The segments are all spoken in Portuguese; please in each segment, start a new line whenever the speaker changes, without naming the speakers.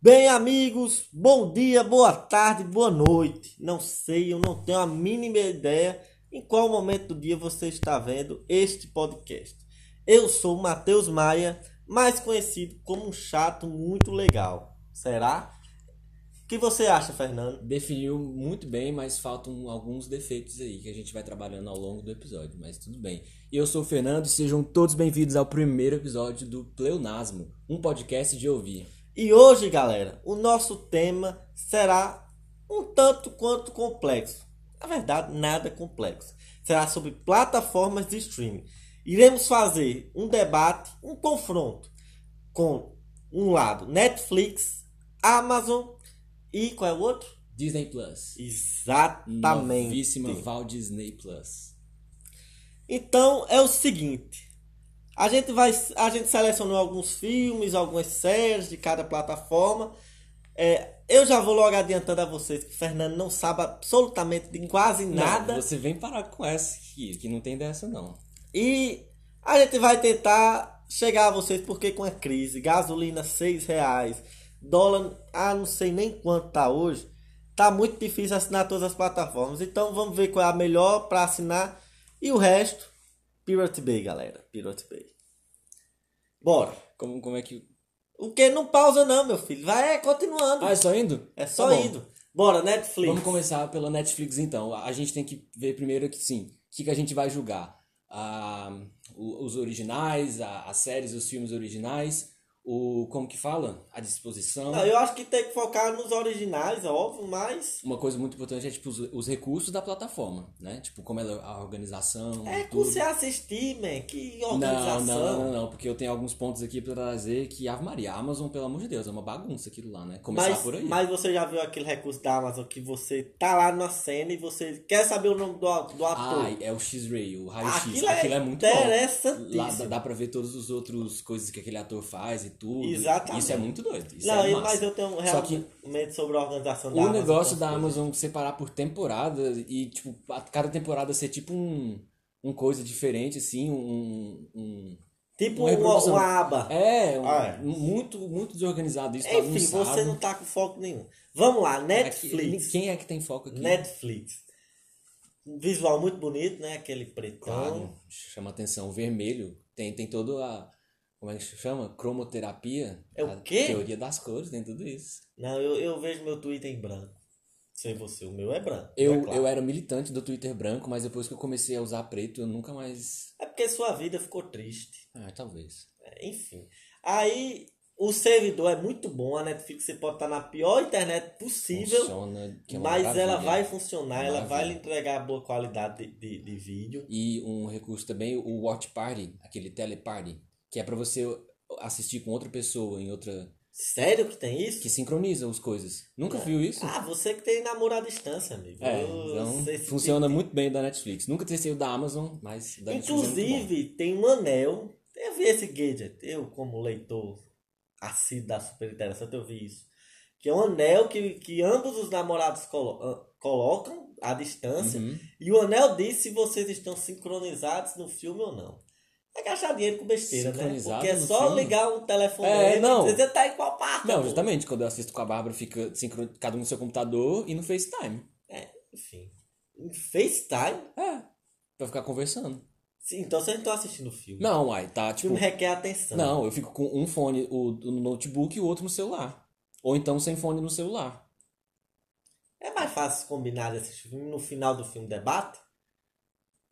Bem, amigos, bom dia, boa tarde, boa noite. Não sei, eu não tenho a mínima ideia em qual momento do dia você está vendo este podcast. Eu sou o Matheus Maia, mais conhecido como um chato muito legal. Será? O que você acha, Fernando?
Definiu muito bem, mas faltam alguns defeitos aí que a gente vai trabalhando ao longo do episódio, mas tudo bem. E eu sou o Fernando, sejam todos bem-vindos ao primeiro episódio do Pleonasmo, um podcast de ouvir.
E hoje, galera, o nosso tema será um tanto quanto complexo. Na verdade, nada é complexo. Será sobre plataformas de streaming. Iremos fazer um debate, um confronto com um lado Netflix, Amazon e qual é o outro?
Disney Plus.
Exatamente.
Novíssima Val Disney Plus.
Então é o seguinte, a gente vai, a gente selecionou alguns filmes, algumas séries de cada plataforma. É, eu já vou logo adiantando a vocês que o Fernando não sabe absolutamente de quase nada
Não, você vem parar com essa aqui, que não tem dessa não.
e a gente vai tentar chegar a vocês porque com a crise, gasolina seis reais, dólar, ah não sei nem quanto tá hoje, tá muito difícil assinar todas as plataformas. Então vamos ver qual é a melhor para assinar e o resto, Pirate Bay, galera, Pirate Bay. Bora.
Como, como é que...
O que? Não pausa não, meu filho. Vai é, continuando.
Ah, é só indo?
é só
Tá bom.
indo. Bora, Netflix.
Vamos começar pela Netflix então. A a gente tem que ver primeiro que sim, o que, que a gente vai julgar? Ah, o- os originais, a- as séries, os filmes originais, o como que fala? A disposição.
Não, Ah, eu acho que tem que focar nos originais, é óbvio, mas...
Uma coisa muito importante é tipo os, os recursos da plataforma, né? Tipo como ela a organização,
É com
tudo.
você assistir, man. Que
Não, não,
organização.
não, não, não, porque eu tenho alguns pontos aqui pra trazer que Ave Maria, a Amazon, pelo amor de Deus, é uma bagunça aquilo lá, né? Começar
mas,
por aí.
mas você já viu aquele recurso da Amazon que você tá lá na cena e você quer saber o nome do, do ator?
Ai, é o X-Ray, o raio-x.
aquilo,
Aquilo,
é
é muito bom.
interessantíssimo.
Lá dá, dá pra ver todas as outras coisas que aquele ator faz e tudo.
Exatamente.
Isso é muito doido. Isso
não,
é
e-
massa.
mas eu tenho um
Só que-
realmente sobre a organização da
O
Amazon.
negócio da
então,
Amazon separar por temporada e, tipo, a- cada temporada ser tipo um, um coisa diferente, assim, um. um-
Tipo uma,
uma reprodução.
uma aba.
É, um-
Ah, é.
muito muito desorganizado isso,
Enfim,
bagunçado.
você não tá com foco nenhum. Vamos lá, Netflix.
Aqui- Quem é que tem foco aqui?
Netflix. Um Visual muito bonito, né? Aquele pretão.
Claro, Então, chama atenção. O vermelho tem, tem toda a. Como é que chama? Cromoterapia.
É o
a
quê?
Teoria das cores, tem tudo isso.
Não, eu, eu vejo meu Twitter em branco. Sei você, o meu é branco.
Eu,
é, claro.
eu era militante do Twitter branco, mas depois que eu comecei a usar preto, eu nunca mais.
É porque sua vida ficou triste.
Ah, talvez.
É, Enfim. Aí o servidor é muito bom. A Netflix você pode estar na pior internet possível.
Funciona. que é uma
mas ela
maravilha.
vai funcionar, ela vai
Maravilha.
lhe entregar boa qualidade de, de, de vídeo.
E um recurso também, o Watch Party, aquele teleparty, que é pra você assistir com outra pessoa em outra.
Sério que tem isso?
que sincroniza as coisas. Nunca viu isso?
Ah, você que tem namoro à distância, amigo.
É,
Eu
então
sei se-
funciona muito bem da Netflix. Nunca testei o da Amazon, mas da Netflix é muito bom.
Inclusive, tem um anel. Eu vi esse gadget. Eu, como leitor assíduo da Super Interessante, eu vi isso. Que é um anel que, que ambos os namorados colo- ah, colocam à distância.
Uhum.
E o anel diz se vocês estão sincronizados no filme ou não. É gastar dinheiro com besteira, né?
Sincronizado
Porque é
no
só
filme?
ligar um telefone
É,
e
não.
dizer, você tá em qual parte?
Não,
pô?"
justamente, quando eu assisto com a Bárbara, fica sincro- cada um no seu computador e no FaceTime.
Enfim. Em FaceTime?
É, pra ficar conversando.
Sim, então vocês não estão assistindo o filme.
Não, uai, tá,
O
tipo...
filme né? requer atenção.
Não, eu fico com um fone o, no notebook e o outro no celular. Ou então sem fone no celular.
É mais fácil combinar esses filmes no final do filme debate?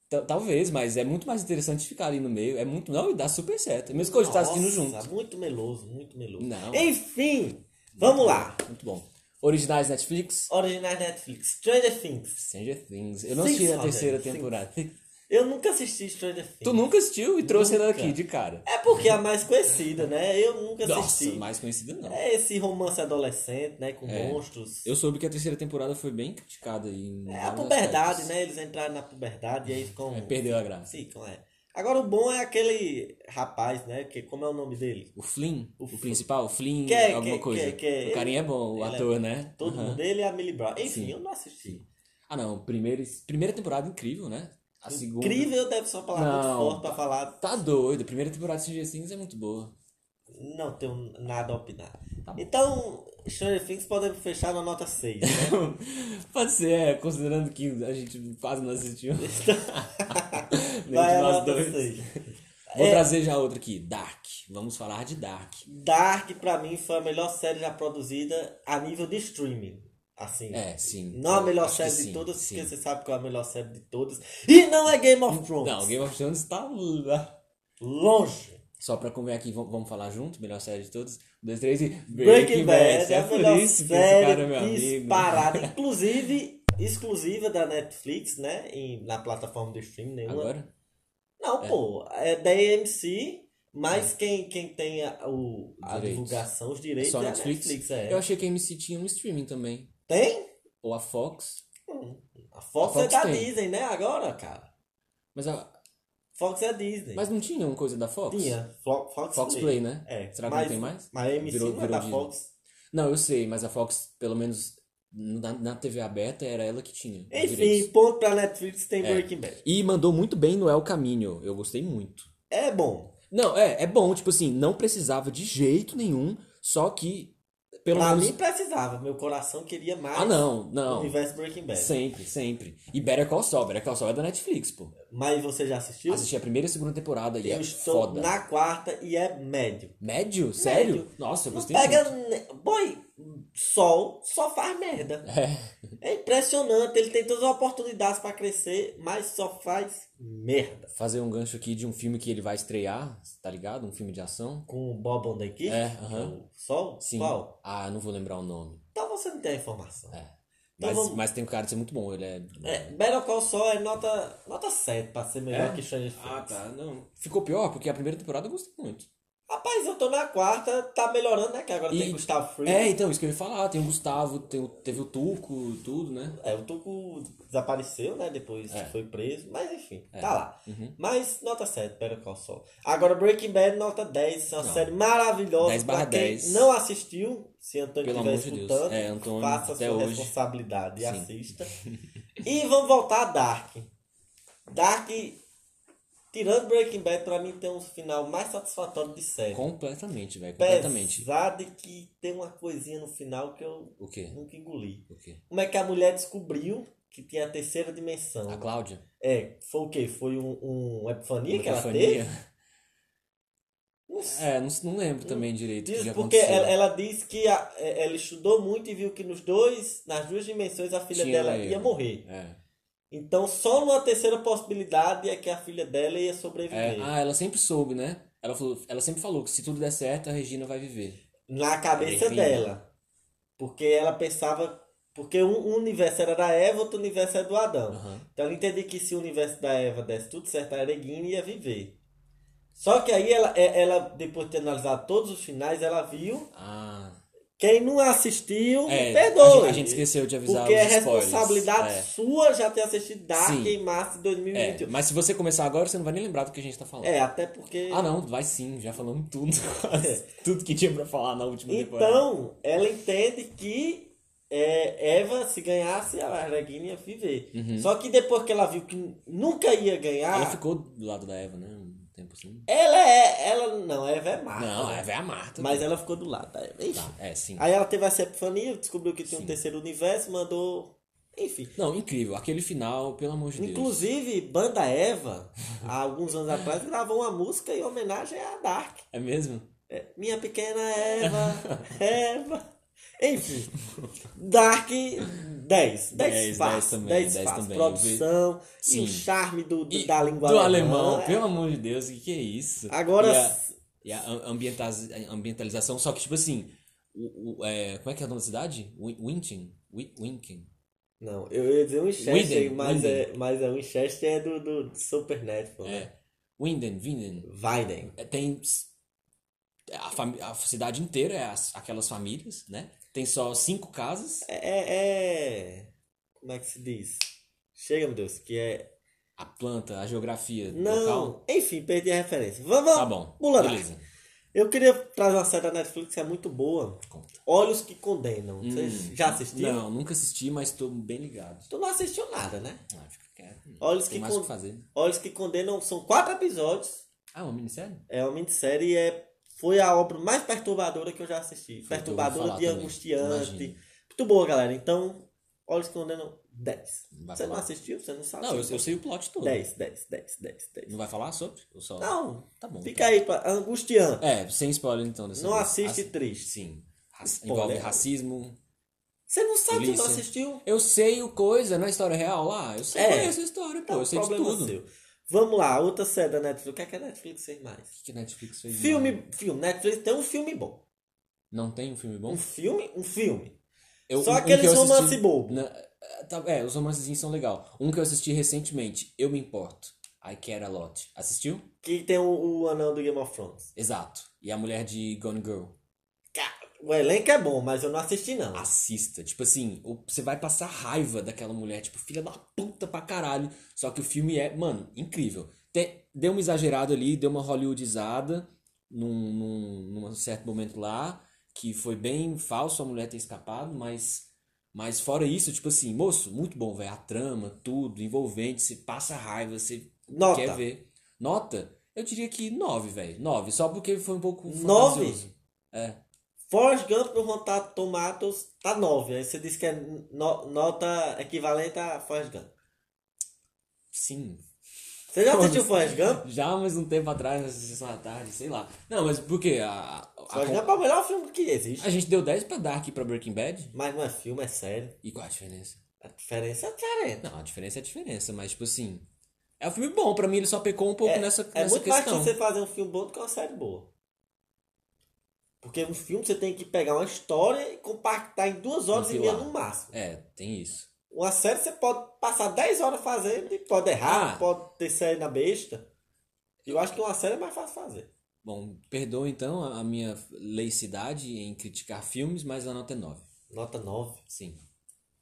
Ta- Talvez, mas é muito mais interessante ficar ali no meio. É muito... Não, e dá super certo. Mesmo que a gente tá assistindo junto.
Nossa, muito meloso, muito meloso.
Não.
Enfim, vamos lá.
Muito bom. Originais Netflix.
Originais Netflix, Stranger Things.
Stranger Things. Eu não
Things,
assisti a
Roger,
terceira
Things.
temporada.
Eu nunca assisti Stranger Things.
Tu nunca assistiu e trouxe ela
Nunca.
aqui de cara.
É porque é a mais conhecida, né? Eu nunca
Nossa,
assisti.
mais conhecida não.
É esse romance adolescente, né? Com
É.
monstros.
Eu soube que a terceira temporada foi bem criticada aí. em
É né? a
vários
puberdade,
aspectos.
né? Eles entraram na puberdade e aí ficam.
É, perdeu a graça.
Ficam, é. Agora o bom é aquele rapaz, né? Que, como é o nome dele?
O Flynn, o,
Flynn.
principal, o Flynn,
Que é-
alguma
que- que-
coisa.
que-
o carinha é bom, o
ele é-
ator, né?
Todo
Aham.
mundo dele é a Millie Brown. Enfim,
Sim.
eu não assisti.
Ah não, primeira, primeira temporada incrível, né? A segunda.
Incrível deve ser uma palavra muito
Não.
forte pra falar.
Tá doido, a primeira temporada de Stranger Things é muito boa.
Não tenho nada a opinar.
Tá bom.
Então, Stranger Things podemos fechar na nota 6. Né?
Pode ser, é, considerando que a gente quase não assistiu. Nem
Vai
de
a
nós
nota
dois.
6.
Vou
É.
trazer já outra aqui, Dark. Vamos falar de Dark.
Dark, pra mim, foi a melhor série já produzida a nível de streaming. Assim.
É, sim.
Não a
Eu
melhor
acho que
série
sim,
de todas,
sim.
porque você sabe que é a melhor série de todas. E não é Game of Thrones.
Não, Game of Thrones tá lá.
Longe.
Só pra comer aqui, vam- vamos falar junto? Melhor série de todos? Um, dois, três e.
Breaking Bad é a
por
melhor
isso que esse cara é meu
série
amigo.
disparada. Inclusive, exclusiva da Netflix, né? Em- na plataforma de streaming nenhuma.
Agora?
Não, pô. É da AMC, mas quem, quem tem a, o, a
É. Direitos.
divulgação, os direitos
Só
é a
Netflix?
Netflix. é.
Eu achei que a MC tinha um streaming também.
Tem?
Ou a Fox.
A Fox,
A Fox
é da
tem.
Disney, né? Agora, cara.
Mas, a...
Fox é a Disney.
mas não tinha uma coisa da Fox?
Tinha. Flo- Fox,
Fox Play, né?
É.
Será que
mas,
não tem mais?
Mas a MC
Virou-
não é
virou
da
Disney.
Fox.
Não, eu sei, mas a Fox, pelo menos na, na TV aberta, era ela que tinha. os
Enfim,
direitos. É.
ponto pra Netflix tem Breaking Bad.
E mandou muito bem no El Caminho. Eu gostei muito.
É bom.
Não, é, é bom, tipo assim, não precisava de jeito nenhum, só que pelo
pra
menos.
mim precisava. Meu coração queria mais.
Ah, não,
o
não.
Universo Breaking Bad.
Sempre, sempre. E Better Call Saul, Better Call Saul é da Netflix, pô.
Mas você já assistiu?
Assisti a primeira e a segunda temporada e
Eu
é
estou
foda.
na quarta e é médio.
Médio? Sério? Nossa, eu
Não
gostei
pega.
muito.
ne- Boy, sol só faz merda.
É.
É impressionante. Ele tem todas as oportunidades pra crescer, mas só faz merda.
Fazer um gancho aqui de um filme que ele vai estrear, tá ligado? Um filme de ação.
Com o Bob Ondenkirk?
É, aham.
O sol?
Sim.
Qual?
Ah, não vou lembrar o nome.
Então você não tem a informação.
É.
Então
Mas,
vamos-
mas tem um cara de ser muito bom, ele é.
É, Better Call Saul é nota, nota 7 pra ser melhor
É?
que Stranger Things.
Ah, tá. Não. Ficou pior, porque a primeira temporada eu gostei muito.
Rapaz, eu tô na quarta, tá melhorando, né? Que agora
E-
tem Gustavo Fring.
É, então, isso que eu ia falar. Tem o Gustavo, tem o- teve o Tuco, tudo, né?
É, o Tuco desapareceu, né? Depois
É.
foi preso, mas enfim,
É.
tá lá.
Uhum.
Mas nota 7, Better Call Saul. Agora Breaking Bad, nota 10. É uma
Não.
série maravilhosa.
10 barra
pra quem
10.
não assistiu, se Antônio
Pelo
estiver
amor de Deus.
escutando,
É, Antônio,
faça
até
sua
hoje.
responsabilidade e
Sim.
assista. e vamos voltar a Dark. Dark, tirando Breaking Bad, pra mim tem um final mais satisfatório de série.
Completamente, velho. Completamente.
Apesar de que tem uma coisinha no final que eu
O quê?
nunca engoli.
O quê?
Como é que a mulher descobriu que tinha a terceira dimensão?
A Cláudia?
É, foi o quê? Foi um, um epifania
Uma
que ela
epifania?
teve? Não sei.
É, não, não lembro também direito o que
Diz-
já
porque
aconteceu.
ela, ela diz que a- é, ela estudou muito e viu que nos dois, nas duas dimensões, a filha
Tinha
dela
erro.
ia morrer.
É.
Então, só numa terceira possibilidade é que a filha dela ia
É,
sobreviver.
Ah, ela sempre soube, né? Ela, falou, ela sempre falou que se tudo der certo, a Regina vai viver.
Na cabeça
Enfim.
dela. Porque ela pensava. Porque um, um universo era da Eva, outro universo era do Adão.
Aham.
Então ela entendia que se o universo da Eva desse tudo certo, a Eregina ia viver. Só que aí ela, é- ela, depois de ter analisado todos os finais, ela viu.
Ah.
Quem não assistiu,
É,
me
a
perdoe.
gente, a gente esqueceu de avisar
Porque
os
é
spoilers.
responsabilidade
É.
sua já ter assistido Dark
Sim.
em março de
É,
2021.
mas se você começar agora, você não vai nem lembrar do que a gente tá falando.
É, até porque.
Ah, não, vai sim, já falamos tudo, quase tudo que tinha pra falar na última temporada.
É. Então, ela entende que é, Eva, se ganhasse, a Regina ia viver. Só que depois que ela viu que nunca ia ganhar,
Uhum. Ela
ela,
ficou do lado da Eva, né? Um tempo assim.
é. Ela não, Eva é Marta.
Não, a
né?
Eva é a Marta.
Mas ela ficou do lado da Eva. Enfim.
Tá, é, sim.
Aí ela teve essa epifania, descobriu que tinha
Sim.
um terceiro universo, mandou. Enfim.
Não, incrível. Aquele final, pelo amor de Deus.
Inclusive, Banda Eva, há alguns anos atrás, gravou uma música em homenagem a Dark.
É mesmo?
É, Minha pequena Eva, Eva. Enfim, Dark 10. 10
10
fácil.
também,
10
10
fácil.
também,
Produção e
Sim.
o charme do, do-
E
da língua
do
alemã.
alemão,
É.
pelo amor de Deus, que que é isso?
Agora,
E a, e a am- ambientaz- a ambientalização, só que tipo assim, o, o- é, como é que é o nome da cidade? Wi- Winching? Wi- Winking?
não, eu ia dizer um Winchester,
Widen,
mas
Widen.
é, mas é Winchester é do, do, do Supernatural, né?
É. Winden, Winden.
Weiden.
É, tem s- a, fami- a cidade inteira, é as- aquelas famílias, né? Tem só cinco casas.
É, é, é- Como é que se diz? Chega, meu Deus, que é.
A planta, a geografia do
Não,
local.
enfim, perdi a referência. Vamos,
Tá bom.
pula Dark.
Beleza.
Eu queria trazer uma série da Netflix que é muito boa.
Conta.
Olhos que Condenam. Vocês
Hum,
já assistiram?
Não, nunca assisti, mas tô bem ligado.
Tu não assistiu nada, né?
Ah, fica quieto.
Olhos
Tem
que,
mais o
con...
que fazer.
Olhos que Condenam são quatro episódios.
Ah, uma minissérie?
É uma minissérie e é Foi a obra mais perturbadora que eu já assisti.
Foi o que eu ouvi
perturbadora
falar
de
também,
angustiante.
imagino.
Muito boa, galera. Então, Olhos Escondendo 10.
Vai
Você não
falar?
assistiu? Você não sabe?
Não, eu, eu sei o plot todo.
10, 10, 10, 10, 10.
Não vai falar sobre? Eu só...
Não,
Tá bom.
fica aí, pra... angustiante.
É, sem spoiler então. dessa
Não
vez.
assiste triste.
Sim. Ra-
Spoiler.
Envolve racismo.
Você não sabe, você não
Polícia.
assistiu?
Eu sei o coisa, não é história real lá. Eu sei
É.
conheço a história, pô.
Não,
eu sei de
problema
tudo.
seu. Vamos lá, outra série da Netflix. O que é que a Netflix fez mais?
O que a Netflix fez? mano?
Filme, filme. Netflix tem um filme bom.
Não tem um filme bom?
Um filme, um filme.
Eu-
Só
um- um que
aqueles
eu assisti-
romance bobo.
Na- é, tá- é, os romancezinhos são legal. Um que eu assisti recentemente, Eu Me Importo. I Care A Lot. Assistiu?
Que tem o, o anão do Game of Thrones.
Exato. E a mulher de Gone Girl.
Cara, o elenco é bom, mas eu não assisti não.
Assista. Tipo assim, o- você vai passar raiva daquela mulher, tipo, filha da puta pra caralho. Só que o filme é, mano, incrível. Tem- deu uma exagerada ali, deu uma hollywoodizada num, num, num certo momento lá, que foi bem falso a mulher ter escapado, mas. Mas fora isso, tipo assim, moço, muito bom, velho. A trama, tudo, envolvente, você passa raiva, você
Nota.
quer ver. Nota? Eu diria que nove, velho. Nove, só porque foi um pouco
Nove?
fantasioso. É.
Forrest Gump no Rotten Tomatoes tá 9. Aí você disse que é no- nota equivalente a Forrest Gump.
Sim,
Você já
Foda-se.
assistiu Forrest Gump?
Já, mas um tempo atrás, na sessão da tarde, sei lá. Não, mas por quê? A, a-
Forrest
a-
Gump é o melhor filme que existe.
a gente deu 10 pra Dark e pra Breaking Bad?
Mas não é filme, é série.
E qual a diferença?
A diferença é diferente.
Não, a diferença é a diferença, mas tipo assim. É um filme bom, pra mim ele só pecou um pouco
é,
nessa,
é
nessa
muito
questão.
mais que você fazer um filme bom do que uma série boa. Porque um filme você tem que pegar uma história e compactar em duas horas e meia
Compilar.
no máximo.
É, tem isso.
Uma série você pode passar 10 horas fazendo e pode errar,
Ah.
pode ter série na besta. Eu acho que uma série é mais fácil fazer.
Bom, perdoa então a, a minha laicidade em criticar filmes, mas a nota é 9.
Nota 9.
Sim.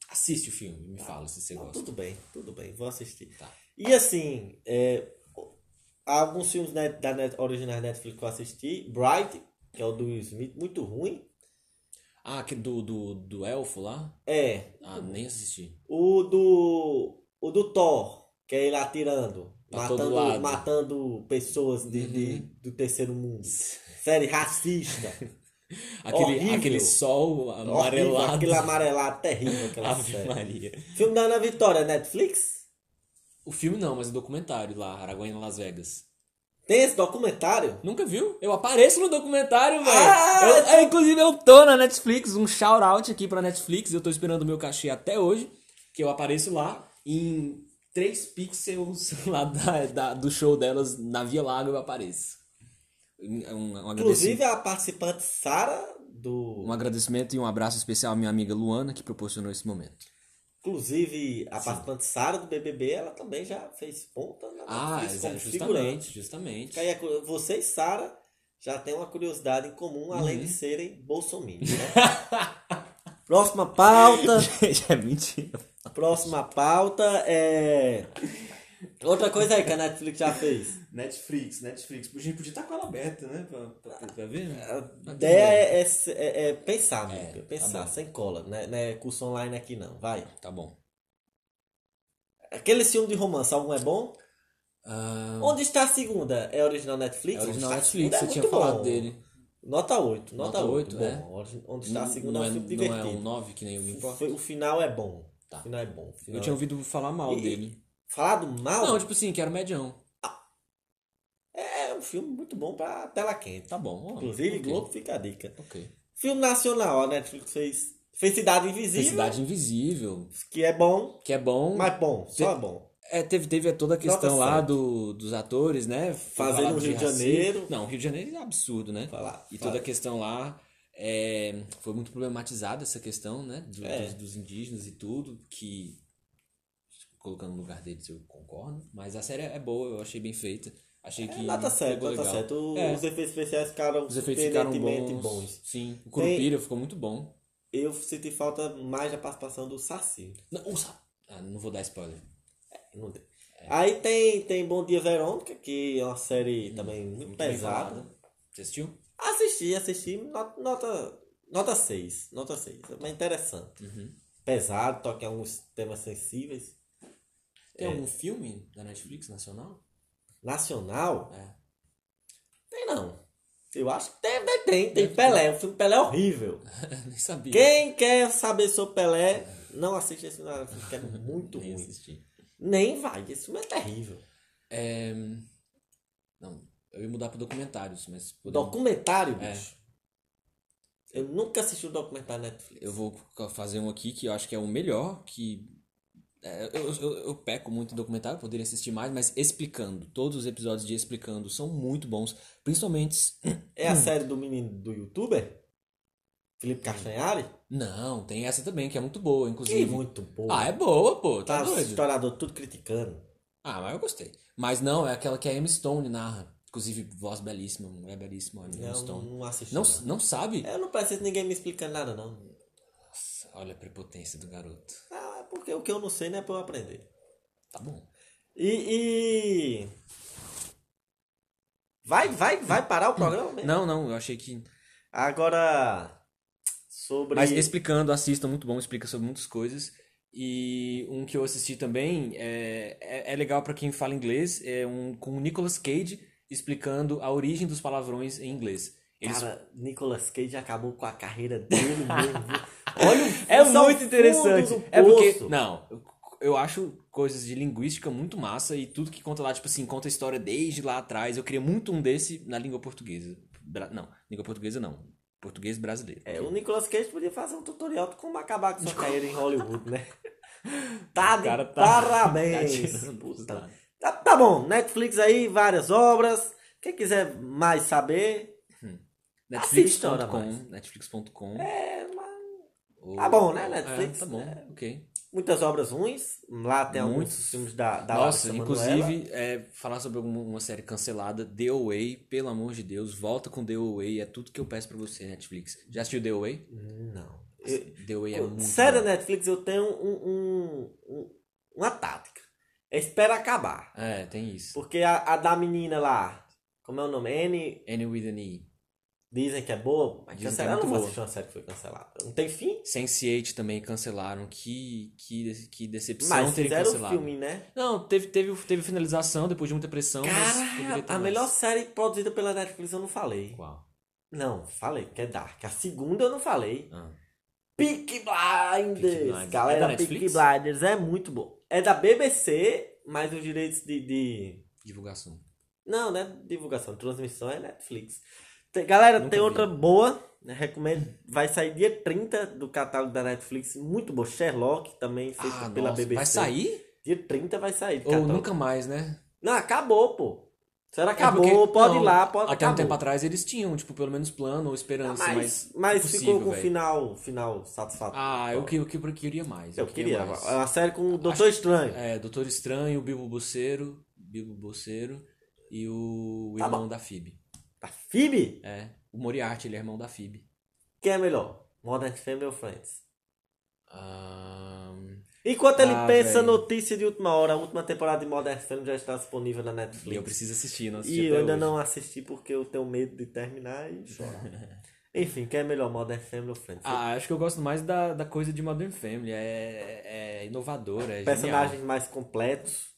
Assiste o filme,
Tá.
me fala se você
Não,
gosta.
tudo bem, tudo bem, vou assistir.
Tá.
E assim, é, alguns filmes net- da net, originais Netflix que eu assisti, Bright, que é o do Will Smith, muito ruim.
Ah, aquele do, do, do Elfo lá?
É,
Ah, nem assisti.
o do o do Thor, que é ele atirando,
Pra todo
matando,
lado.
matando pessoas de, de- do terceiro mundo. Série racista.
Aquele,
Horrível.
aquele sol
Horrível,
amarelado.
Aquele amarelado terrível aquela
Ave
série.
Maria.
Filme da Ana Vitória, Netflix?
O filme não, mas o documentário lá, Araguaia em Las Vegas.
Tem esse documentário?
Nunca viu? Eu apareço no documentário, velho.
Ah,
Eu- é, inclusive, eu tô na Netflix, um shout out aqui pra Netflix. Eu tô esperando o meu cachê até hoje, que eu apareço lá em 3 pixels lá da- da- do show delas na Via Lago, eu apareço. Um, um- um agradecimento,
Inclusive a participante Sara do
um agradecimento e um abraço especial à minha amiga Luana, que proporcionou esse momento.
Inclusive, a participante Sara do BBB, ela também já fez ponta na
Ah,
Netflix como
exa-
figurante.
justamente, justamente.
Fica aí a cu- Você e Sara já tem uma curiosidade em
Uhum.
comum, além de serem bolsominions, né? Próxima pauta.
é mentira.
Próxima pauta é. Outra coisa aí que a Netflix já fez.
Netflix, Netflix. A gente podia estar com ela aberta, né? Pra, pra, pra ver, né?
A ideia é, é se- é- é pensar, meu
É,
amigo, é
tá
pensar,
bom.
sem cola. Não é, não é curso online aqui não, vai.
Tá bom.
Aquele filme de romance, algum é bom?
Tá Ah,
Onde está a segunda? É original Netflix?
é original
Onde está a segunda
Netflix,
é
eu tinha
muito
falado
bom.
dele.
Nota 8, nota,
Nota
8.
oito,
bom.
é.
Onde- Onde está a segunda
não,
é um
é,
filme
não é um
divertido.
9 que nem eu me importo.
Foi- o final é bom.
Tá.
O final é bom. O final
Eu tinha
é-
ouvido falar mal
E-
dele.
Falado mal
Não, tipo assim, que era medião.
é um filme muito bom pra tela quente.
Tá bom. ó,
Inclusive,
ok,
Globo fica a dica.
Ok.
Filme nacional, a Netflix fez, fez Cidade Invisível,
Felicidade Invisível,
que é bom,
que é bom.
mas bom, só bom.
É, teve, teve toda a questão
Nota
lá
sete.
do, dos atores, né? Foi
Fazendo
falado
o Rio de
racismo.
Janeiro.
Não, o Rio de Janeiro é absurdo, né?
Falar.
E toda a questão lá é, foi muito problematizada essa questão, né? do-
É.
dos, dos indígenas e tudo, que colocando no lugar deles eu concordo, mas a série é boa, eu achei bem feita. Achei que
É Nota
pegou
7, nota
legal.
7. O-
É.
Os efeitos especiais ficaram
Os efeitos ficaram
surpreendentemente
bons.
bons.
Sim, o Curupira ficou muito bom.
Eu senti falta mais da participação do Saci.
Não, o sa- ah, não vou dar spoiler.
Não tem.
É.
Aí tem, tem Bom Dia Verônica, que é uma
Hum,
série também muito,
Muito bem
pesada.
falado. Você assistiu?
Assisti, assisti, nota, nota, nota 6. Nota 6. É bem interessante. Pesado, toca em alguns temas sensíveis.
Tem
É.
algum filme da Netflix nacional?
Nacional?
É.
Tem não. Eu acho que deve, deve- tem, tem Pelé. O filme Pelé é horrível.
Nem sabia.
Quem quer saber sobre Pelé, não assiste esse filme, que é muito
Nem
ruim.
assisti.
Nem vai, esse filme é terrível.
É, Não, eu ia mudar para documentários, mas. podemos-
Documentário,
É.
bicho. Eu nunca assisti um documentário na Netflix.
Eu vou fazer um aqui que eu acho que é o melhor, que. é, eu, eu, eu peco muito em documentário, poderia assistir mais, mas explicando. Todos os episódios de Explicando são muito bons. Principalmente.
É a série do menino do youtuber? Felipe Castanhari?
Não, tem essa também, que é muito boa,
Que
inclusive.
muito bom.
Ah, é boa, pô, tá
Tá os
doido.
historiadores tudo criticando.
Ah, mas eu gostei. Mas não, é aquela que a Emma Stone narra. Inclusive, voz belíssima, mulher belíssima, Emma
Não, não,
Stone.
não assisti.
Não,
não.
não sabe?
Eu não preciso de ninguém me explicando nada, não.
Nossa, olha a prepotência do garoto.
Ah, é porque o que eu não sei não é pra eu aprender.
Tá bom.
E. e... Vai, vai, vai parar o programa? mesmo?
Não, não, eu achei que.
Agora. Sobre.
Mas explicando, assista, muito bom, explica sobre muitas coisas. E um que eu assisti também é, é, é legal pra quem fala inglês, é um com o Nicolas Cage explicando a origem dos palavrões em inglês. Eles
Cara, Nicolas Cage acabou com a carreira dele mesmo. Olha o
É
isso o
muito
fundo
interessante.
do
É porque.
poço.
Não, eu- eu acho coisas de linguística muito massa e tudo que conta lá, tipo assim, conta a história desde lá atrás. Eu queria muito um desse na língua portuguesa. Bra- não, língua portuguesa não. Português brasileiro.
É, o Nicolas Cage podia fazer um tutorial de como acabar com sua carreira em Hollywood, né? Tá de
cara tá-
parabéns.
tirando os
Puta.
dados.
tá, tá bom, Netflix aí, várias obras. Quem quiser mais saber, Assista, ora
Netflix.com. Netflix.com.
é, mas
ou-
tá bom, né, Netflix?
É, tá bom,
É.
ok.
muitas obras ruins. Lá tem alguns
Muitos.
filmes da, da
Nossa,
Larissa Manoela.
inclusive, é, falar sobre alguma- uma série cancelada, The Away, pelo amor de Deus, volta com The Away, é tudo que eu peço pra você, Netflix. Já assistiu The Away?
Não. Eu,
The Away é muito
sério, né?
bom.
Netflix, eu tenho um, um- um- uma tática. É espera acabar.
É, tem isso.
Porque a, a da menina lá, como é o nome? N.
Any with an E.
Dizem que é boa, mas
Dizem que é
cancelar eu não
muito
vou
boa.
assistir uma série que foi cancelada. Não tem fim,
Sense8 também cancelaram. Que, que, de- que decepção
mas
terem
fizeram o
cancelado.
filme, né?
Não, teve, teve, teve finalização depois de muita pressão, mas
Cara,
poderia ter
a
mais.
melhor série produzida pela Netflix eu não falei.
Qual?
Não, falei, que é Dark. A segunda eu não falei.
Ah,
Peaky
Peaky
Blinders.
Blinders. É da
Galera, Peaky
Netflix?
Blinders é muito bom. É da BBC, mas os direitos de... de...
divulgação.
Não, né? Divulgação, transmissão é Netflix. Tem- galera,
Nunca
tem
vi.
outra boa, né? recomendo. Vai sair dia 30 do catálogo da Netflix. Muito boa. Sherlock, também feito
Ah,
pela
nossa,
BBC.
vai sair?
Dia 30 vai sair.
Ou
catálogo.
nunca mais, né?
Não, acabou, pô. Será que
É
acabou?
porque-
pode
não,
ir lá, pode
Até um
acabou.
tempo atrás eles tinham, tipo, pelo menos plano ou esperança,
Ah,
mas...
mas mas
impossível,
ficou com o
velho.
final, um final satisfatório.
Ah, eu, que- eu, que- eu queria mais.
Eu queria.
mais.
É uma série com o Doutor
Ah, Acho-
Estranho.
É, Doutor Estranho, Bilbo Boceiro, Bilbo Boceiro e o
Tá
irmão
bom.
da Phoebe.
A Phoebe?
É, o Moriarty, ele é irmão da Phoebe.
Quem é melhor? Modern Family ou Friends?
Ahn,
Enquanto ele
Ah,
pensa
velho.
notícia de última hora, a última temporada de Modern Family já está disponível na
e eu
Netflix.
preciso assistir, não assisti
E eu
até
ainda
hoje.
não assisti porque eu tenho medo de terminar e chorar. Enfim, quem é melhor, Modern Family ou Friends?
Ah, acho que eu gosto mais da, da coisa de Modern Family. É, é inovadora, é
Personagens
genial.
mais completos.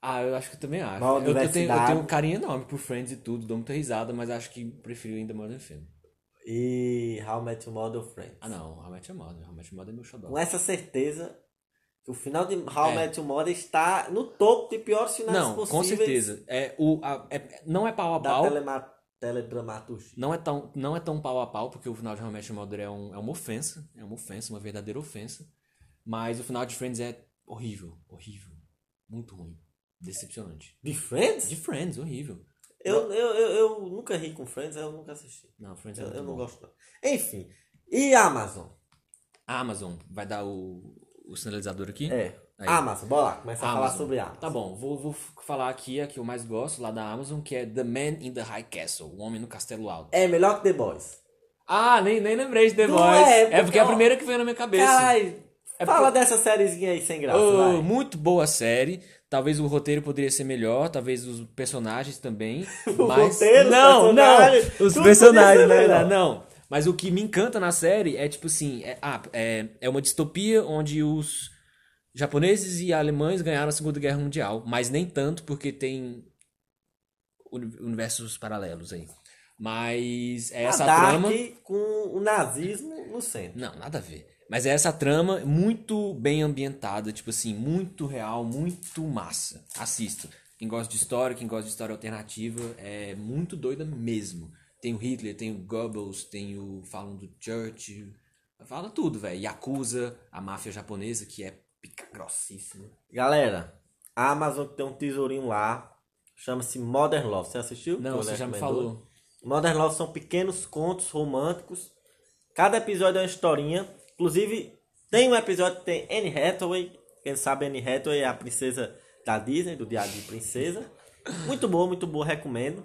Ah, eu acho que eu também acho.
Maior
Eu, eu tenho, eu
diversidade.
tenho um carinho enorme por Friends e tudo, dou muita risada, mas acho que prefiro ainda Modern Family.
E How I Met Your Mother ou Friends.
Ah, não, realmente é Modern. Realmente é Modern é meu xodó.
Com essa certeza, que o final de How I
É.
Met Your Mother está no topo de piores finais
Não,
possíveis
com certeza. É, o, a- é- não é pau a
da
pau.
telema- teledramaturgia.
Não é, tão, não é tão pau a pau, porque o final de How I Met Your Mother é, um- é uma ofensa, é uma ofensa, uma verdadeira ofensa. Mas o final de Friends é horrível, horrível, muito ruim, decepcionante.
De Friends?
De Friends, horrível.
Eu, eu, eu, eu nunca ri com Friends, eu nunca assisti.
Não, Friends é
Eu,
muito
eu não
bom.
gosto não. Enfim, e Amazon?
A Amazon vai dar o, o sinalizador aqui?
É,
Aí.
Amazon, bora lá, começa a falar
Amazon.
sobre Amazon.
Tá bom, vou, vou f- falar aqui a que eu mais gosto lá da Amazon, que é The Man in the High Castle, O Homem no Castelo Alto.
É melhor que The Boys.
Ah, nem, nem lembrei de The
Não
Boys.
é,
É porque é a
ó.
primeira que veio na minha cabeça.
Caralho,
É
fala dessa sériezinha aí sem graça,
Oh,
vai.
muito boa série. Talvez o roteiro poderia ser melhor, talvez os personagens também. mas
roteiro, os
não,
personagens,
não, os
tudo podia
personagens,
ser
na verdade,
melhor.
não. Mas o que me encanta na série é tipo assim, é, ah, é, é uma distopia onde os japoneses e alemães ganharam a Segunda Guerra Mundial, mas nem tanto porque tem uni- universos paralelos aí. Mas é
A
essa
Ah, Dark
trama.
com o nazismo no centro.
Não, nada a ver. Mas é essa trama muito bem ambientada, tipo assim, muito real, muito massa. Assista. Quem gosta de história, quem gosta de história alternativa, é muito doida mesmo. Tem o Hitler, tem o Goebbels, tem o. Falam do Churchill. Fala tudo, velho. Yakuza, a máfia japonesa, que é pica grossíssima.
Galera, a Amazon tem um tesourinho lá, chama-se Modern Love. Você assistiu?
Não,
Que eu
você já me
recomendou?
falou.
Modern Love são pequenos contos românticos. Cada episódio é uma historinha. Inclusive, tem um episódio que tem Anne Hathaway. Quem sabe Anne Hathaway é a princesa da Disney, do Diário de Princesa. Muito boa, muito boa, recomendo.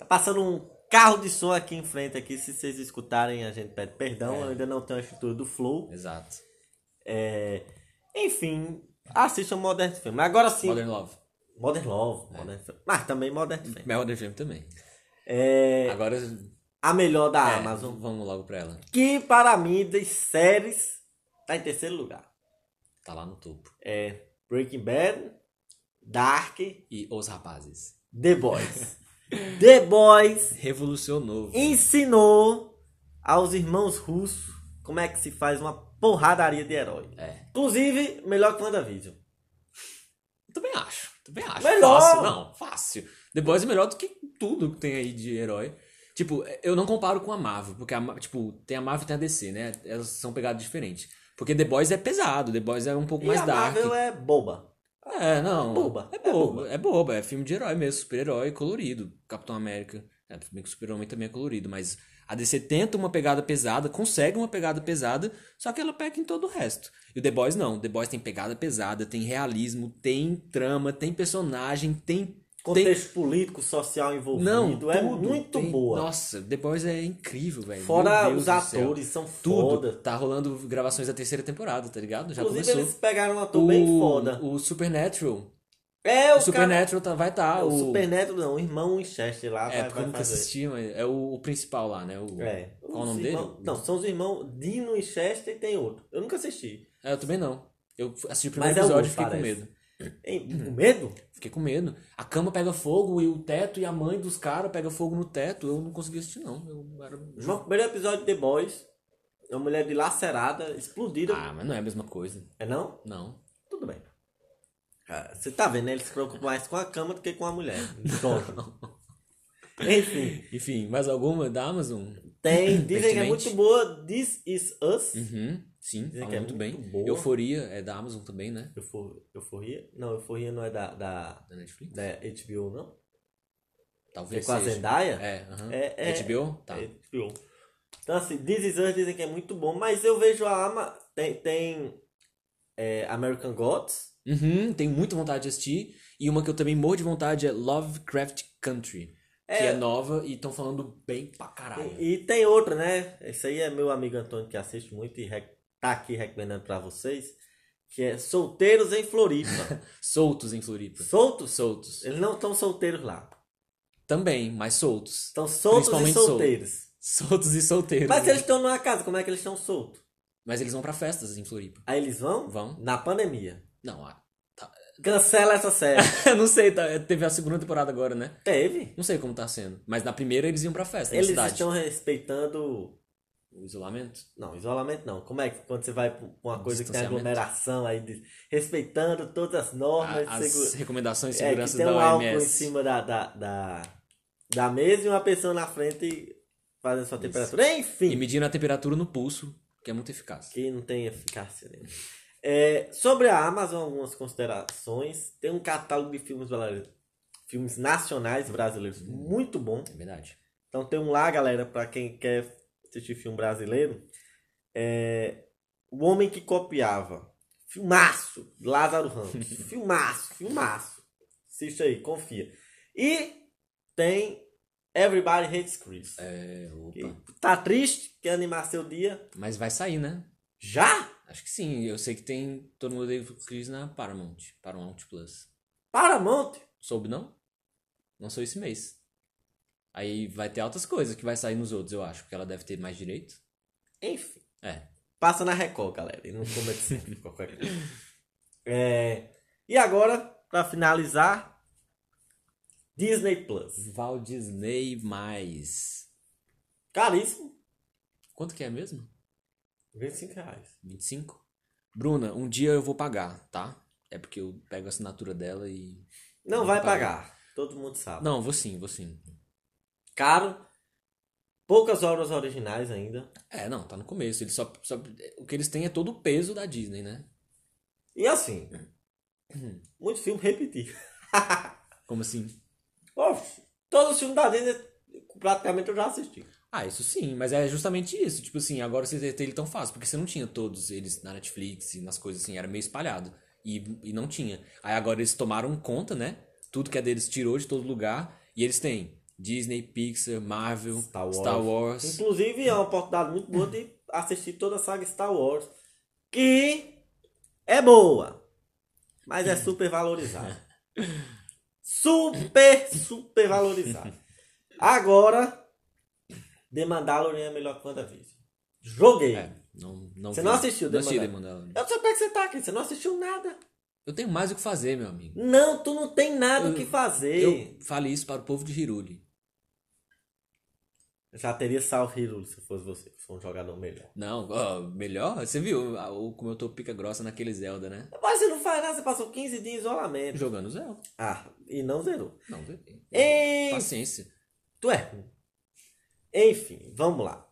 Tá passando um carro de som aqui em frente aqui. Se vocês escutarem, a gente pede perdão.
É.
Eu ainda não tenho a estrutura do Flow.
Exato.
É, enfim, assistam Modern Film. Mas Agora sim, Modern,
Modern Love. É.
Love, Modern Film. Mas também Modern Film.
Modern Film também.
É Ah,
Agora.
a melhor da
é,
Amazon.
Vamos logo pra ela.
Que para mim, das séries, tá em terceiro lugar.
Tá lá no topo.
É Breaking Bad, Dark,
E Os Rapazes.
The Boys. The Boys
Revolucionou. velho.
ensinou aos irmãos russos como é que se faz uma porradaria de herói.
É.
Inclusive, melhor que WandaVision.
Eu Também acho. Também acho.
Melhor!
Fácil, não. Fácil. The Boys é melhor do que tudo que tem aí de herói. Tipo, eu não comparo com a Marvel, porque a, Ma- tipo, tem a Marvel e tem a DC, né? Elas são pegadas diferentes. Porque The Boys é pesado, The Boys é um pouco
E
mais
a
dark.
Marvel é boba.
É, não.
É boba,
É
é
boba.
boba.
É boba. É filme de herói mesmo. Super-herói colorido. Capitão América. É, tudo bem que o Super-Homem também é colorido. Mas a DC tenta uma pegada pesada, consegue uma pegada pesada, só que ela peca em todo o resto. E o The Boys não. O The Boys tem pegada pesada, tem realismo, tem trama, tem personagem, tem.
Contexto político, social envolvido.
Não,
é
tudo.
muito
Tem-
boa.
Nossa, The Boys é incrível, velho.
Fora
Meu Deus
os
do céu.
atores, são
Tudo.
foda.
Tá rolando gravações da terceira temporada, tá ligado? Já
Inclusive,
começou.
eles pegaram um ator bem foda.
O Supernatural
é,
O Supernatural tá, vai estar.
cara...
o
É O Supernatural não, o irmão Winchester lá
É,
vai,
porque eu
vai
nunca
fazer.
assisti, mas é o, o principal lá, né? O...
É.
Qual o
Os
nome
irmão-
dele?
Não, são os irmãos Dino Winchester e tem outro. Eu nunca assisti.
É, eu também não. Eu assisti o primeiro
Mas é o
episódio e
outro,
fiquei com
parece.
medo.
Ei, com medo?
Fiquei com medo. A cama pega fogo e o teto e a mãe dos caras pega fogo no teto. Eu não consegui assistir, não. Eu era... um
No primeiro episódio de The Boys, é uma mulher dilacerada, explodida.
Ah, mas não é a mesma coisa.
É não?
Não.
Tudo bem. Ah, Você tá vendo, né? Ele se preocupa mais com a cama do que com a mulher. Enfim,
Enfim, mais alguma da Amazon?
tem. Dizem que é muito
Pertinente.
boa. This is us.
Uhum, sim,
Dizem
fala
que é
muito bem.
muito boa.
Euforia é da Amazon também, né?
Eufor- Euforia? Não, euforia não é da, da,
Da Netflix?
da HBO, não? É
Talvez
com a
seja.
Zendaya?
É, aham.
É, é-
HBO? Tá.
HBO. Então, assim, This Is Us dizem que é muito bom, mas eu vejo a Ama. Tem, tem é, American Gods.
Uhum, tenho muita vontade de assistir. E uma que eu também morro de vontade é Lovecraft Country. Que
É.
é nova e estão falando bem pra caralho.
E, e tem outra, né? Esse aí é meu amigo Antônio que assiste muito e rec- tá aqui recomendando pra vocês. Que é Solteiros em Floripa.
Soltos em Floripa.
soltos?
Soltos.
Eles não estão solteiros lá.
Também, mas soltos.
Estão soltos e
Principalmente
solteiros.
Soltos e solteiros.
Mas
né?
eles estão numa casa, como é que eles estão soltos?
Mas eles vão pra festas em Floripa.
Aí eles vão?
Vão?
Na pandemia.
Não, ah,
Cancela essa série.
não sei, tá- teve a segunda temporada agora, né?
Teve.
Não sei como tá sendo. Mas na primeira eles iam pra festa,
Eles
na cidade.
estão respeitando.
O isolamento.
Não, isolamento não. Como é que quando você vai pra uma coisa que tem
Um Distanciamento.
aglomeração aí, de- respeitando todas as normas
A-
de
as
segu-
recomendações de
É, que
segurança
tem
da
um álcool em
OMS.
cima da, da, da, da mesa e uma pessoa na frente fazendo sua temperatura.
E
Enfim,
medindo a temperatura no pulso, que é muito eficaz.
que não tem eficácia nenhuma. É, sobre a Amazon, algumas considerações. Tem um catálogo de filmes brasileiros, filmes nacionais brasileiros muito bom.
É verdade.
Então tem um lá, galera, pra quem quer assistir filme brasileiro. É, o Homem que Copiava. Filmaço. Lázaro Ramos. filmaço, filmaço. Assiste aí, confia. E tem Everybody Hates Chris.
É, opa.
Que Tá triste? Quer animar seu dia?
Mas vai sair, né?
Já?
Acho que sim. Eu sei que tem Todo Mundo Odeia o Chris na Paramount. Paramount Plus.
Paramount.
Soube, não? Não sou esse mês. Aí vai ter altas coisas que vai sair nos outros, eu acho. Porque ela deve ter mais direito.
Enfim.
É.
Passa na Record, galera. E não comete sempre qualquer coisa. É, E agora, pra finalizar, Disney Plus.
Walt Disney mais.
Caríssimo.
Quanto que é mesmo?
25 reais.
25? Bruna, um dia eu vou pagar, tá? É porque eu pego a assinatura dela e.
Não
Não
vai
paga.
pagar. Todo mundo sabe.
Não, vou sim, vou sim.
Caro. Poucas obras originais ainda.
É, não, tá no começo. Eles só, só- o que eles têm é todo o peso da Disney, né?
E assim. Muito filme repetido.
Como assim?
Oxe, todos os filmes da Disney praticamente eu já assisti.
Ah, isso sim, mas é justamente isso. Tipo assim, agora você tem ele tão fácil, porque você não tinha todos eles na Netflix e nas coisas assim, era meio espalhado. E, e não tinha. Aí agora eles tomaram conta, né? Tudo que é deles tirou de todo lugar. E eles têm Disney, Pixar, Marvel,
Star Wars.
Star Wars.
Inclusive é uma oportunidade muito boa de assistir toda a saga Star Wars. Que é boa. Mas é super valorizada. Super, super valorizada. Agora, The Mandalorian é melhor que WandaVision. Joguei.
É, não, não
Você
vi.
não assistiu The
não assisti The Mandalorian.
Eu não sei pra que você tá aqui. Você não assistiu nada.
Eu tenho mais o que fazer, meu amigo.
Não, tu não tem nada o
Eu-
que fazer.
Eu falei isso para o povo de Hiruli.
Eu Já teria salvo Hiruli se fosse você, se for um jogador melhor.
Não, ó, melhor? Você viu ah, o- como eu tô pica grossa naquele Zelda, né?
Mas você não faz nada, você passou 15 dias em isolamento.
Jogando Zelda.
Ah, e não zerou.
Não, bebê.
É. Ei,
Paciência.
tu é ruim. Enfim, vamos lá.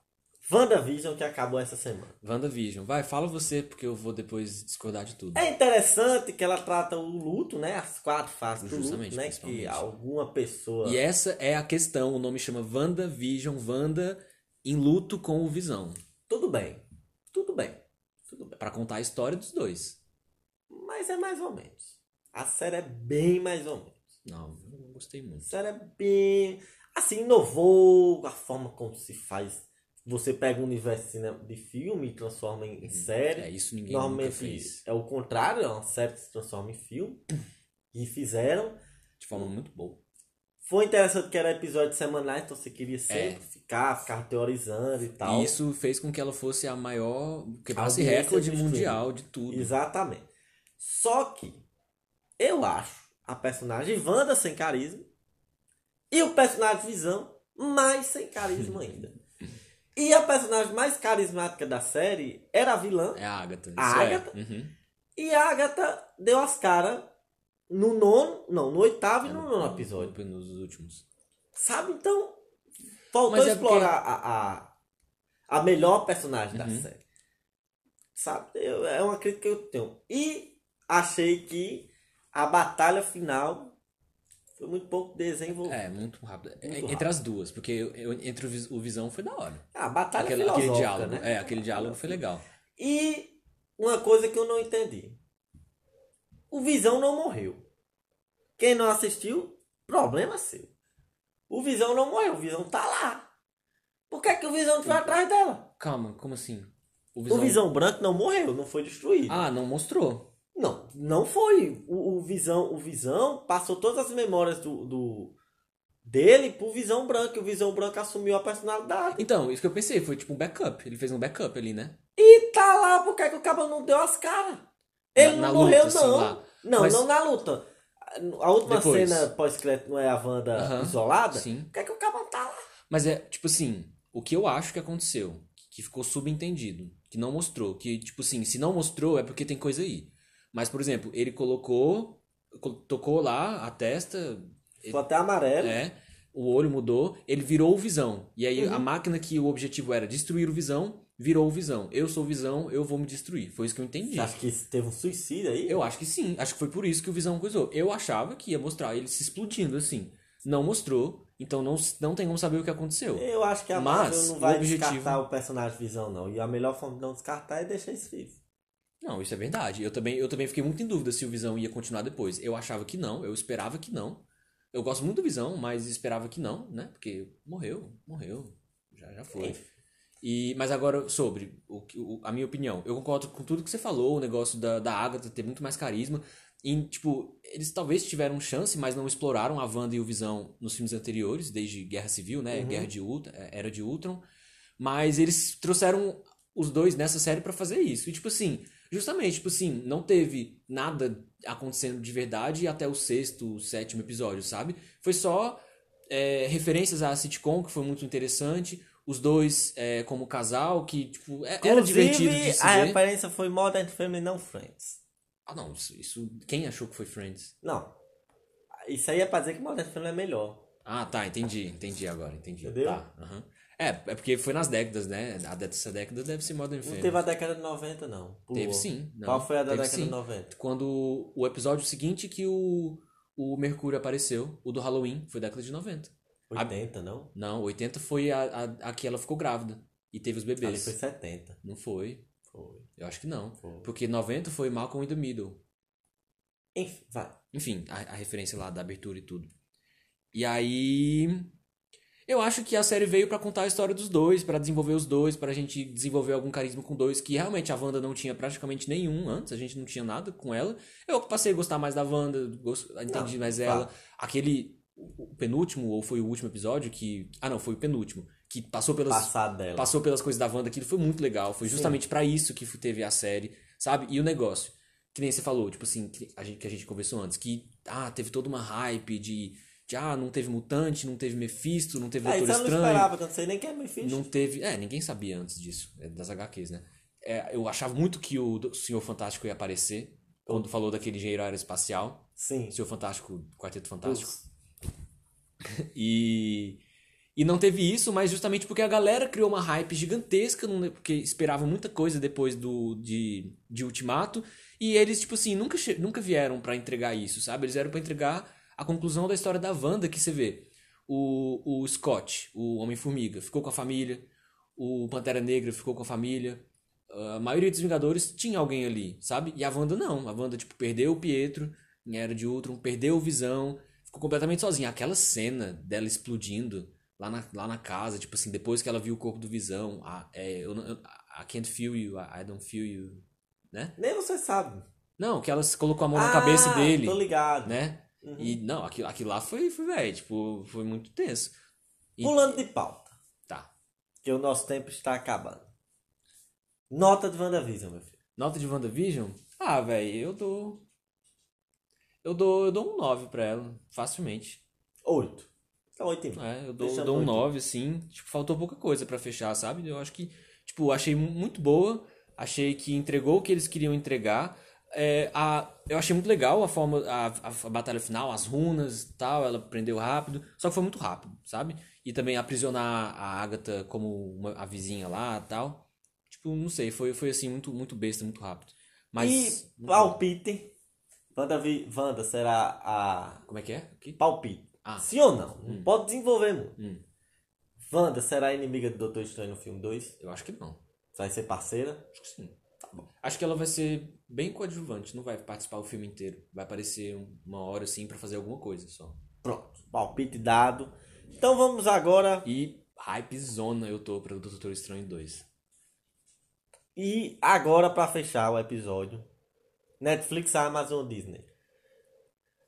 WandaVision que acabou essa semana.
WandaVision. Vai, fala você, porque eu vou depois discordar de tudo.
É interessante que ela trata o luto, né? As quatro fases do
Justamente,
luto, né? Que
principalmente.
alguma pessoa...
E essa é a questão. O nome chama WandaVision. Wanda em luto com o Visão.
Tudo bem, tudo bem, tudo bem.
Pra contar a história dos dois.
Mas é mais ou menos. A série é bem mais ou menos.
Não, eu não gostei
A
muito.
série é bem... Assim, inovou a forma como se faz. Você pega um universo de cinema- de filme e transforma em, em série.
É, isso ninguém nunca
Normalmente
fez.
é o contrário, é uma série que se transforma em filme. E fizeram.
De forma muito boa.
Foi interessante que era episódio semanal, então você queria
É.
sempre ficar, ficar teorizando e tal.
E isso fez com que ela fosse a maior. Quebrasse
Audiência
recorde
de streaming.
mundial de tudo.
Exatamente. Só que eu acho a personagem Wanda sem carisma e o personagem Visão mais sem carisma ainda. E a personagem mais carismática da série era a vilã.
É a Agatha. Isso
A
é.
Agatha?
Uhum.
E a Agatha deu as caras no nono, não, no oitavo e
É
no
no-
nono episódio.
no- Nos últimos.
Sabe? Então, faltou
Mas é
explorar a, a, a melhor personagem da
Uhum.
série. Sabe? Eu- é uma crítica que eu tenho. E achei que a batalha final foi muito pouco desenvolvida.
É, muito rápido. É,
Muito
entre as duas, porque eu- eu- entre o, Vis- o Visão foi da hora.
Ah, A batalha
Aquele,
é filosófica,
aquele diálogo.
né?
É, aquele diálogo foi legal.
E uma coisa que eu não entendi. O Visão não morreu. Quem não assistiu, problema seu. O Visão não morreu, o Visão tá lá. Por que, que o Visão foi atrás dela?
Calma, como assim? O
O Visão Branco não morreu, não foi destruído.
Ah, não mostrou.
Não, não foi. O, o Visão, o Visão passou todas as memórias do, do- dele pro Visão Branco, e o Visão Branco assumiu a personalidade.
Então, isso que eu pensei, foi tipo um backup. Ele fez um backup ali, né?
E tá lá, por que, que o cabo não deu as caras? Ele
Na- na
não morreu,
luta, assim,
não.
lá.
Não,
Mas-
não na luta. A última
Depois.
cena pós-crédito não é a Wanda
Aham,
isolada?
sim.
Por que, que o cabo tá lá?
Mas é, tipo assim, o que eu acho que aconteceu, que ficou subentendido, que não mostrou, que, tipo assim, se não mostrou é porque tem coisa aí. Mas, por exemplo, ele colocou, co- tocou lá a testa,
Ficou até amarelo.
É, o olho mudou, ele virou o Visão. E aí
Uhum.
a máquina que o objetivo era destruir o Visão, virou o Visão. Eu sou o Visão, eu vou me destruir. Foi isso que eu entendi.
Você acha que isso teve um suicídio aí?
Eu acho que sim, acho que foi por isso que o Visão coisou. Eu achava que ia mostrar ele se explodindo assim. Não mostrou, então não, s- não tem como saber o que aconteceu.
Eu acho que a
Mas,
Marvel não
o
vai
objetivo-
descartar o personagem Visão, não. E a melhor forma de não descartar é deixar isso vivo.
Não, isso é verdade. Eu também, eu também fiquei muito em dúvida se o Visão ia continuar depois. Eu achava que não, eu esperava que não. Eu gosto muito do Visão, mas esperava que não, né? Porque morreu, morreu. Já, já foi.
Enfim.
E, mas agora, sobre o, que- o- a minha opinião, eu concordo com tudo que você falou, o negócio da, da Agatha ter muito mais carisma. E, tipo, eles talvez tiveram chance, mas não exploraram a Wanda e o Visão nos filmes anteriores, desde Guerra Civil, né?
Uhum.
Guerra de Ultron, Era de Ultron. Mas eles trouxeram os dois nessa série para fazer isso. E, tipo assim, justamente, tipo assim, não teve nada acontecendo de verdade até o sexto, sétimo episódio, sabe? Foi só é, referências à sitcom, que foi muito interessante. Os dois é, como casal, que, tipo, é- era divertido de se
a
ver.
referência foi Modern Family, não Friends.
Ah, não, isso, isso- Quem achou que foi Friends?
Não. Isso aí é pra dizer que Modern Family é melhor.
Ah, tá, entendi, entendi agora, entendi.
Entendeu?
Tá, aham. É, é porque foi nas décadas, né? A dé- essa década deve ser Modern
Não
Family.
teve a década de 90, não. Pulou.
Teve sim. Não,
Qual foi a da
teve
década
sim.
de 90?
Quando o episódio seguinte que o, o Mercúrio apareceu, o do Halloween, foi década de 90.
80, não?
Não, 80 foi a, a, a que ela ficou grávida e teve os
Ali
bebês.
foi 70.
Não foi.
Foi.
Eu acho que não.
Foi.
Porque 90 foi Malcolm in the Middle.
Enfim, vai.
Enfim, a, a referência lá da abertura e tudo. E aí. Eu acho que a série veio pra contar a história dos dois, pra desenvolver os dois, pra gente desenvolver algum carisma com dois, que realmente a Wanda não tinha praticamente nenhum antes, a gente não tinha nada com ela. Eu passei a gostar mais da Wanda, gost- entendi
Não,
mais ela. Aquele. O o penúltimo, ou foi o último episódio que. Ah, não, foi o penúltimo. Que passou pelas.
Passado dela.
passou pelas coisas da Wanda, aquilo foi muito legal. Foi
Sim.
justamente pra isso que teve a série, sabe? E o negócio, que nem você falou, tipo assim, que a gente, que a gente conversou antes, que ah, teve toda uma hype de, de ah, não teve mutante, não teve Mephisto, não teve
É,
Doutor
isso eu não
Estranho,
esperava, que eu não sei nem quem é Mephisto.
não teve. É, ninguém sabia antes disso, é, das HQs, né? É, eu achava muito que o do- Senhor Fantástico ia aparecer quando falou daquele engenheiro aeroespacial,
Sim.
Senhor Fantástico, Quarteto Fantástico. E, e não teve isso, mas justamente porque a galera criou uma hype gigantesca, não- porque esperava muita coisa depois do de, de Ultimato, e eles, tipo assim, nunca, che- nunca vieram pra entregar isso, sabe? Eles vieram pra entregar a conclusão da história da Wanda, que você vê. O, o Scott, o Homem-Formiga, ficou com a família, o Pantera Negra ficou com a família, a maioria dos Vingadores tinha alguém ali, sabe? E a Wanda não. A Wanda, tipo, perdeu o Pietro em Era de Ultron, perdeu o Visão, ficou completamente sozinha. Aquela cena dela explodindo lá na, lá na casa, tipo assim, depois que ela viu o corpo do Visão, a, é, eu, não- eu- I can't feel you, I I don't feel you, né?
Nem você sabe.
Não, que ela colocou a mão na cabeça
Ah,
dele,
Tô ligado.
né?
Uhum.
E não, aquilo, aquilo lá foi, foi velho, tipo, foi muito tenso. E-
Pulando de pauta,
Tá.
que o nosso tempo está acabando. Nota de WandaVision, meu filho.
Nota de WandaVision? Ah, velho, eu dou. Eu dou, eu dou um 9 pra ela, facilmente.
Oito. Então, oito e meio.
É, eu dou,
Deixa
eu dou um
doido.
9, assim. Tipo, faltou pouca coisa pra fechar, sabe? Eu acho que, tipo, achei mu- muito boa. Achei que entregou o que eles queriam entregar. É, a, eu achei muito legal a forma, a, a, a batalha final, as runas e tal. Ela prendeu rápido. Só que foi muito rápido, sabe? E também aprisionar a Agatha como uma- a vizinha lá e tal. Tipo, não sei, foi, foi assim, muito, muito besta, muito rápido. Mas.
E
muito bom.
palpite. WandaVi- Wanda será a...
Como é que é? Aqui?
Palpite.
Ah.
Sim ou não? Não pode desenvolver muito.
Hum.
Wanda será a inimiga do Doutor Estranho no filme 2?
Eu acho que não.
Vai ser parceira?
Acho que sim. Acho que ela vai ser bem coadjuvante, não vai participar o filme inteiro. Vai aparecer um- uma hora assim pra fazer alguma coisa só.
Pronto. Palpite dado. Então vamos agora...
E hype zona eu tô pra Doutor Estranho 2.
E agora, pra fechar o episódio, Netflix, Amazon ou Disney?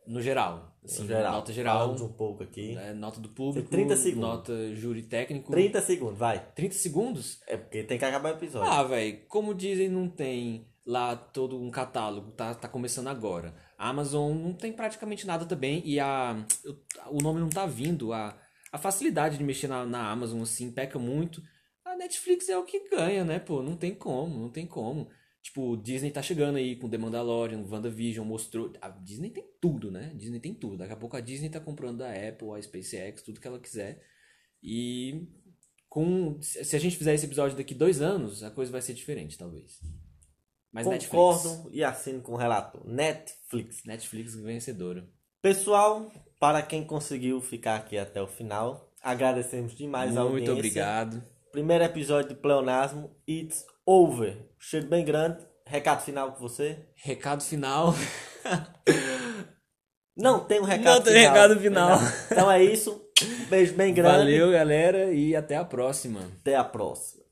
No geral, assim,
No geral.
nota geral,
Falamos um pouco aqui.
né, nota do público,
Tem 30 segundos.
nota júri técnico.
30 segundos, vai.
30 segundos?
É porque tem que acabar o episódio.
Ah, velho, como dizem, não tem lá todo um catálogo, tá, tá começando agora. A Amazon não tem praticamente nada também e a, eu- o nome não tá vindo. A, a facilidade de mexer na, na Amazon, assim, peca muito. A Netflix é o que ganha, né, pô? Não tem como, não tem como. Tipo, o Disney tá chegando aí com The Mandalorian, WandaVision, mostrou. A Disney tem tudo, né? Disney tem tudo. Daqui a pouco a Disney tá comprando a Apple, a SpaceX, tudo que ela quiser. E com se se a gente fizer esse episódio daqui dois anos, a coisa vai ser diferente, talvez. Mas Netflix.
Concordo e assino com o relator. Netflix.
Netflix vencedora.
Pessoal, para quem conseguiu ficar aqui até o final, agradecemos demais a
Muito
audiência.
obrigado.
Primeiro episódio de Pleonasmo, It's Over. Cheiro bem grande. Recado final com você?
Recado final.
Não tem um recado
Não tem
final.
recado final.
Então é isso. Um beijo bem grande.
Valeu, galera, e até a próxima.
Até a próxima.